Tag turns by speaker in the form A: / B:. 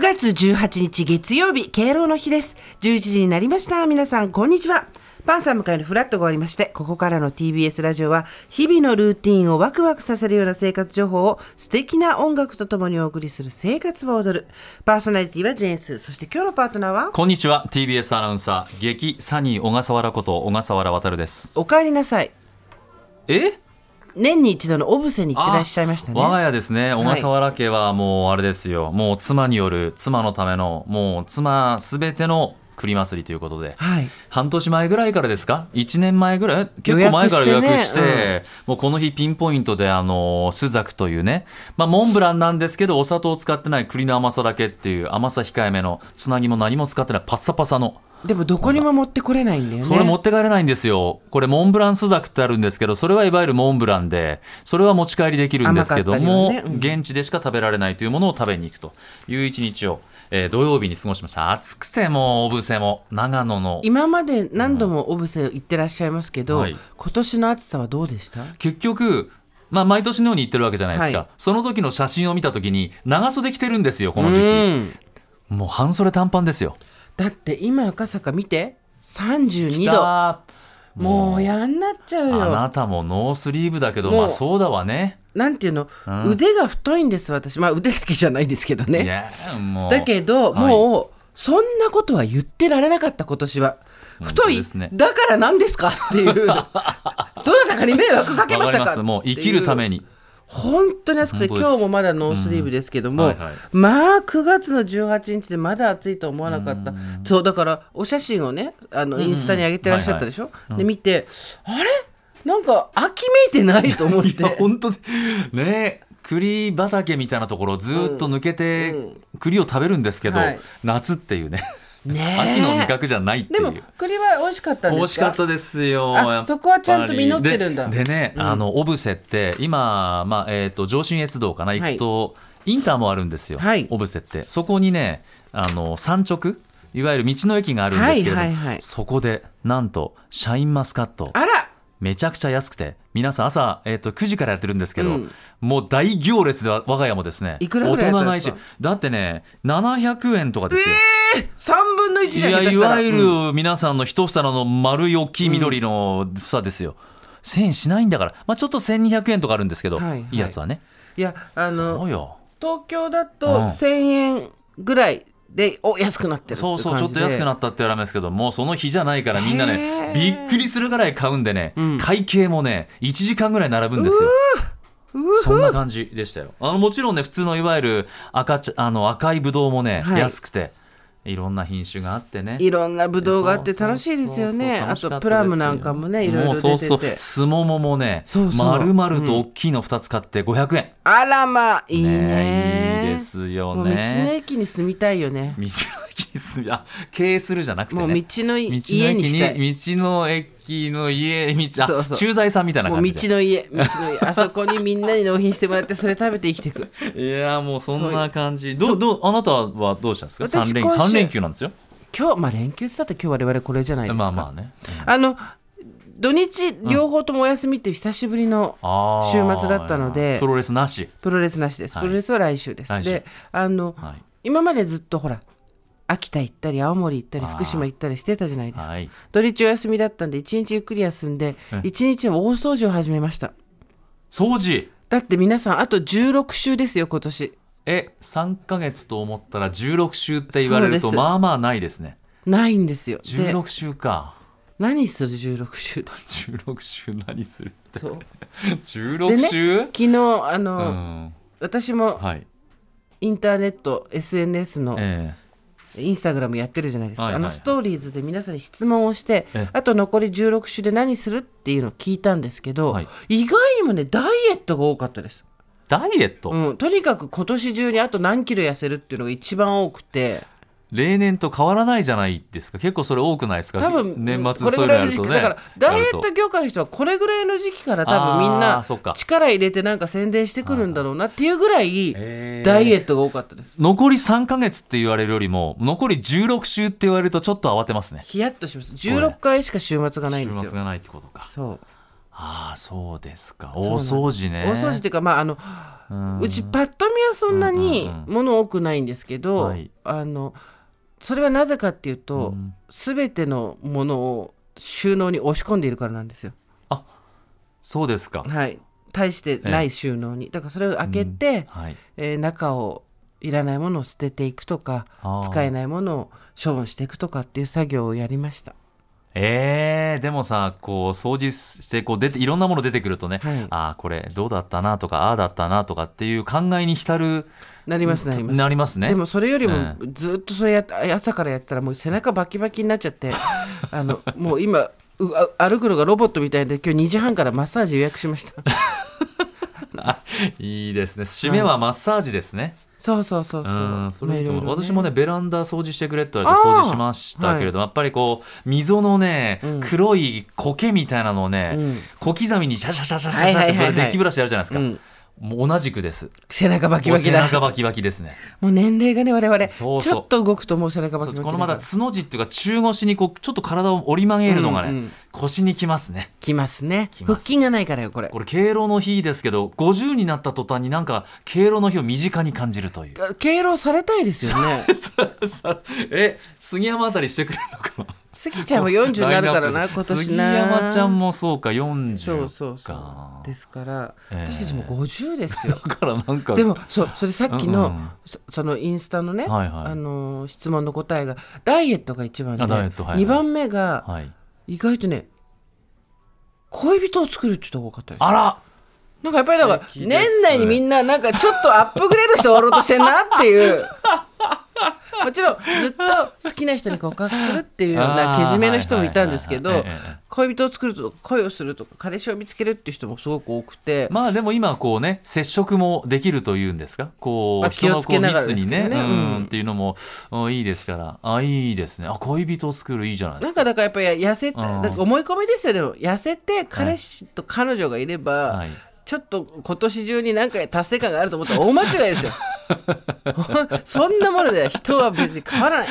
A: 月18日月曜日、敬老の日です。11時になりました。皆さん、こんにちは。パンサー向かいのフラットが終わりまして、ここからの TBS ラジオは、日々のルーティンをワクワクさせるような生活情報を素敵な音楽とともにお送りする生活を踊る。パーソナリティはジェーンス。そして今日のパートナーは、
B: こんにちは TBS アナウンサー激サニー小笠原こと小笠原渉です
A: お帰りなさい。
B: え
A: 年に一度のオブセに行ってらっしゃいましたね。
B: 我が家ですね小笠原家はもうあれですよ、もう妻による妻のためのもう妻すべての栗祭りということで
A: はい。
B: 半年前ぐらいからですか1年前ぐらい結構前から予約して
A: 予約して
B: もうこの日ピンポイントであのスザクというね、まあ、モンブランなんですけどお砂糖を使ってない栗の甘さだけっていう甘さ控えめのつなぎも何も使ってないパッサパサの
A: でもどこにも持ってこれないんだよね。
B: それ持って帰れないんですよ。これモンブランスザクってあるんですけど、それはいわゆるモンブランで、それは持ち帰りできるんですけども、
A: 甘かったりはね
B: 現地でしか食べられないというものを食べに行くという一日を、えー土曜日に過ごしました。暑くても、おぶせも、長野の。
A: 今まで何度もオブセ行ってらっしゃいますけど、
B: はい
A: 今年の暑さはどうでした
B: 結局、まあ、毎年のように行ってるわけじゃないですか。
A: はい
B: その時の写真を見た時に、長袖着てるんですよ、この
A: う
B: 時期。
A: ん
B: もう半袖短パンですよ。
A: だって今赤坂見て32度
B: 度。
A: も
B: も
A: う
B: う、
A: やんなっちゃう
B: あ
A: よ
B: なたもノースリーブだけど、
A: もう
B: まあそうだわね。
A: なんていうの、
B: うん
A: 腕が太いんです私まあ腕だけじゃないですけど
B: い
A: ね
B: や、もう。
A: だけど、
B: はい
A: もうそんなことは言ってられなかった今年は太
B: 本当
A: い、
B: ですね
A: だから何ですかっていう どなたかに迷惑かけまし
B: わ
A: た
B: かりま
A: か
B: す。もう生きるために。
A: 本当に暑くて
B: 本当です
A: 今日もまだノースリーブですけども、
B: うんはいはい
A: まあ9月の18日でまだ暑いとは思わなかった
B: うん
A: そうだからお写真をねあの
B: んうん
A: インスタに上げてらっしゃったでしょ、
B: いはい
A: で見て、あれなんか秋めいてないと思っ
B: いや
A: て
B: 本当にね栗畑みたいなところをずーっと抜けて
A: うんう
B: 栗を食べるんですけど、
A: はい
B: 夏っていうね
A: ねえ
B: 秋の味覚じゃないって
A: で
B: い
A: も
B: う。
A: 栗は美味しかったんですか
B: 美味しかったですよ。
A: あ
B: やっぱり
A: そこはちゃんと実ってるんだ
B: ででね、
A: うん
B: あの、オブセって、今、まあ、えっ、と、上信越道かな、行くと、インターもあるんですよ。
A: はい
B: オブセって。そこにね、あの、山直いわゆる道の駅があるんですけれども、
A: はいはいはい
B: そこで、なんと、シャインマスカット。
A: あら
B: めちゃくちゃ安くて皆さん朝、えー、と9時からやってるんですけど、
A: うん
B: もう大行列で我が家もですね
A: いくらぐらいだっ
B: 大人
A: たん
B: が
A: です
B: 一
A: か
B: だってね700円とかですよ、
A: 3分の1じゃん
B: いや
A: 下手
B: い
A: したら
B: わゆ
A: うん
B: る皆さんの一房の丸い大きい緑の房ですよ、1000円しないんだから、まあ、ちょっと1200円とかあるんですけど、
A: はい
B: い
A: はい
B: い、やつはね
A: いやあの
B: そうよ
A: 東京だ
B: う
A: と
B: ん
A: 1000円ぐらいでお安くなってるって
B: そうそうちょっと安くな
A: っ
B: ったって言われますけどもうその日じゃないからみんな
A: へ
B: ね
A: ー
B: びっくりするぐらい買うんでね、
A: うん
B: 会計もね1時間ぐらい並ぶんですよそんな感じでしたよ。あのもちろんね普通のいわゆる赤ちあの赤いブドウもね、
A: はい
B: 安くていろんな品種があってね。
A: いろんなブドウがあって
B: そうそう
A: 楽しいですよね
B: そう
A: あ
B: そ
A: と
B: う楽しかったですよ
A: プラムなんかもねいろいろ
B: もう
A: 出
B: そうそう
A: てて
B: すもももね
A: そうそう
B: 丸々と大きいの2つ買って500円。
A: あらまあいいね
B: いいです
A: も
B: よ
A: う道の
B: ね。
A: 駅に住みたいよね
B: 道の駅に住みあ経営するじゃなくてね。
A: もう道の
B: 道
A: い
B: の駅
A: 家にしたい
B: に道の駅の家道あ
A: そうそう
B: 駐在さんみたいな
A: もう
B: 感
A: 道
B: じで。
A: の家道の家 あそこにみんなに納品してもらってそれ食べて生きていく
B: いやもうそんな感じ。
A: そ
B: ど
A: う
B: うどうあなたはどうしたんですか？
A: 私
B: 三連
A: 今週
B: 三連休なんですよ。
A: 今日まあ連休って言ったって今日我々これじゃないですか
B: まあまあね。
A: あの土日両方ともお休みって久しぶりの
B: あー
A: 週末だったので
B: プロレスなし。
A: プロレスなしです、
B: はい
A: プロレスは来週です
B: 来週
A: であの、
B: はい。
A: 今までずっとほら秋田行ったり青森行ったり
B: あー
A: 福島行ったりしてたじゃないですか
B: はい。
A: 土日お休みだったんで一日ゆっくり休んで
B: うん
A: 一日は大掃除を始めました
B: 掃除。
A: だって皆さんあと16週ですよ今年
B: え、三ヶ月と思ったら十六週って言われる
A: そう
B: と
A: です
B: まあまあないですね。
A: ないんですよ
B: 十
A: で
B: 六週か。
A: 何する16週
B: 十六週何するって。
A: そう
B: 十六週？
A: 昨日あ
B: う
A: の、
B: ん。
A: 私も
B: はい。
A: インターネット SNS の
B: え
A: インスタグラムやってるじゃないですか、
B: はいはいは
A: あ
B: い
A: のストーリーズで皆さんに質問をして
B: ええ
A: あと残り16週で何するっていうのを聞いたんですけど、
B: はい
A: 意外にもねダイエットが多かったです、
B: えダイエット、
A: うん、とにかく今年中にあと何キロ痩せるっていうのが一番多くて
B: 例年と変わらないじゃないですか結構それ多くないですか
A: 多分
B: 年末
A: これ
B: そう
A: ぐ
B: いうの
A: らい
B: や
A: の
B: る
A: 時期
B: とね
A: だからダイエッ
B: やる
A: ト
B: と
A: 業界の人はこれぐらいの時期から多分みん
B: あ
A: な
B: ーそっか
A: 力入れてなんか宣伝してくるんだろうなっていうぐらい
B: へー
A: ダイエットが多かったです
B: 残り3ヶ月って言われるよりも残り16週って言われるとちょっと慌てますね
A: ヒヤッとします16回しか週末がないんです
B: 週末
A: よ
B: がないってことか
A: そう
B: ああそうですか
A: うな
B: 大
A: の
B: 掃除ね
A: 大掃除っていうかまああの
B: うん
A: うちパッと見はそんな
B: う
A: に
B: んうんうん
A: 物多くないんですけど、
B: はい
A: あのそれはなぜかっていう
B: う
A: と、
B: ん
A: すべてのものを収納に押し込んでいるからなんですよ。
B: そうですか
A: はい。大してない収納に。だからそれを開けて、
B: はい
A: えー中をいらないものを捨てていくとか、
B: あー
A: 使えないものを処分していくとかっていう作業をやりました。
B: えー、でもさこう掃除してこう出ていろんなもの出てくるとね、
A: はい
B: ああこれどうだったなとかああだったなとかっていう考えに浸る
A: なりますなります。
B: なりますね
A: でもそれよりも
B: え
A: ずっとそれやっ朝からやってたらもう背中バキバキになっちゃって あのもう今うあ歩くのがロボットみたいで今日2時半からマッサージ予約しま した
B: いいですね締めはマッサージですね、
A: そうそうそうそう
B: うんそれいいと思う
A: まあいろいろ
B: 私もねベランダ掃除してくれって言われて掃除しましたけれども、やっぱりこう溝のね、
A: うん
B: 黒い苔みたいなのをね、
A: うん
B: 小刻みにシャシャシャシャシャシャって
A: はいはいはいはい
B: これデッキブラシやるじゃないですか、
A: うん
B: もう同じくです
A: 背中バキバキ
B: もう背
A: だ
B: 中バキバキですね
A: もう年齢がね我々
B: そう
A: ち
B: そう
A: ょっと動くともう背中バ
B: そ
A: キバキ
B: うこのまだ
A: だから
B: つの字っていうか中腰にこうちょっと体を折り曲げるのがね、
A: うんうん
B: 腰にきますね
A: きますね
B: きま
A: 腹
B: す
A: 筋がないからよこれ
B: これ敬老の日ですけど50になった途端になんか敬老の日を身近に感じるという
A: 敬老されたいですよね
B: ささえ杉山あたりしてくれるのかな
A: 杉ちゃんも40になるからな今年な
B: 杉山ちゃんもそうか
A: そ
B: 40
A: うそう
B: か
A: そうですから、
B: ええ
A: 私たちも50ですよ
B: だからなんか
A: でもそうそれさっきの、
B: うんうん
A: そそのインスタのね、
B: はいはい
A: あのー質問の答えがダイエットが一番で、
B: あダイエットはいはい
A: 2番目が
B: はい
A: 意外とね恋人を作るってとこ多かったです
B: あら
A: なんかやっぱりだから
B: 素敵です
A: 年内にみんななんかちょっとアップグレードして終わろうとしてんなっていう もちろんずっと好きな人に告白するっていうような
B: あー
A: けじめの人もいたんですけ
B: はい
A: ど
B: はいはいはいええええ
A: 恋人を作るとか恋をするとか彼氏を見つけるっていう人もすごく多くて、
B: まあでも今こうね接触もできるというんですかこ
A: まあ
B: う人のこ
A: 気を
B: う
A: つけながら
B: 密
A: です
B: に
A: けどね
B: ねうん
A: うん
B: っていうのもうんいいですからあいいですねあ恋人を作るいいじゃないで
A: なん
B: すか
A: かだからやっぱり痩せて、
B: うん
A: だから思い込みですよでも痩せて彼氏と彼女がいれば、
B: はい
A: ちょっと今年中に何か達成感 があると思ったら大間違いですよそんなものでは人は別に変わらない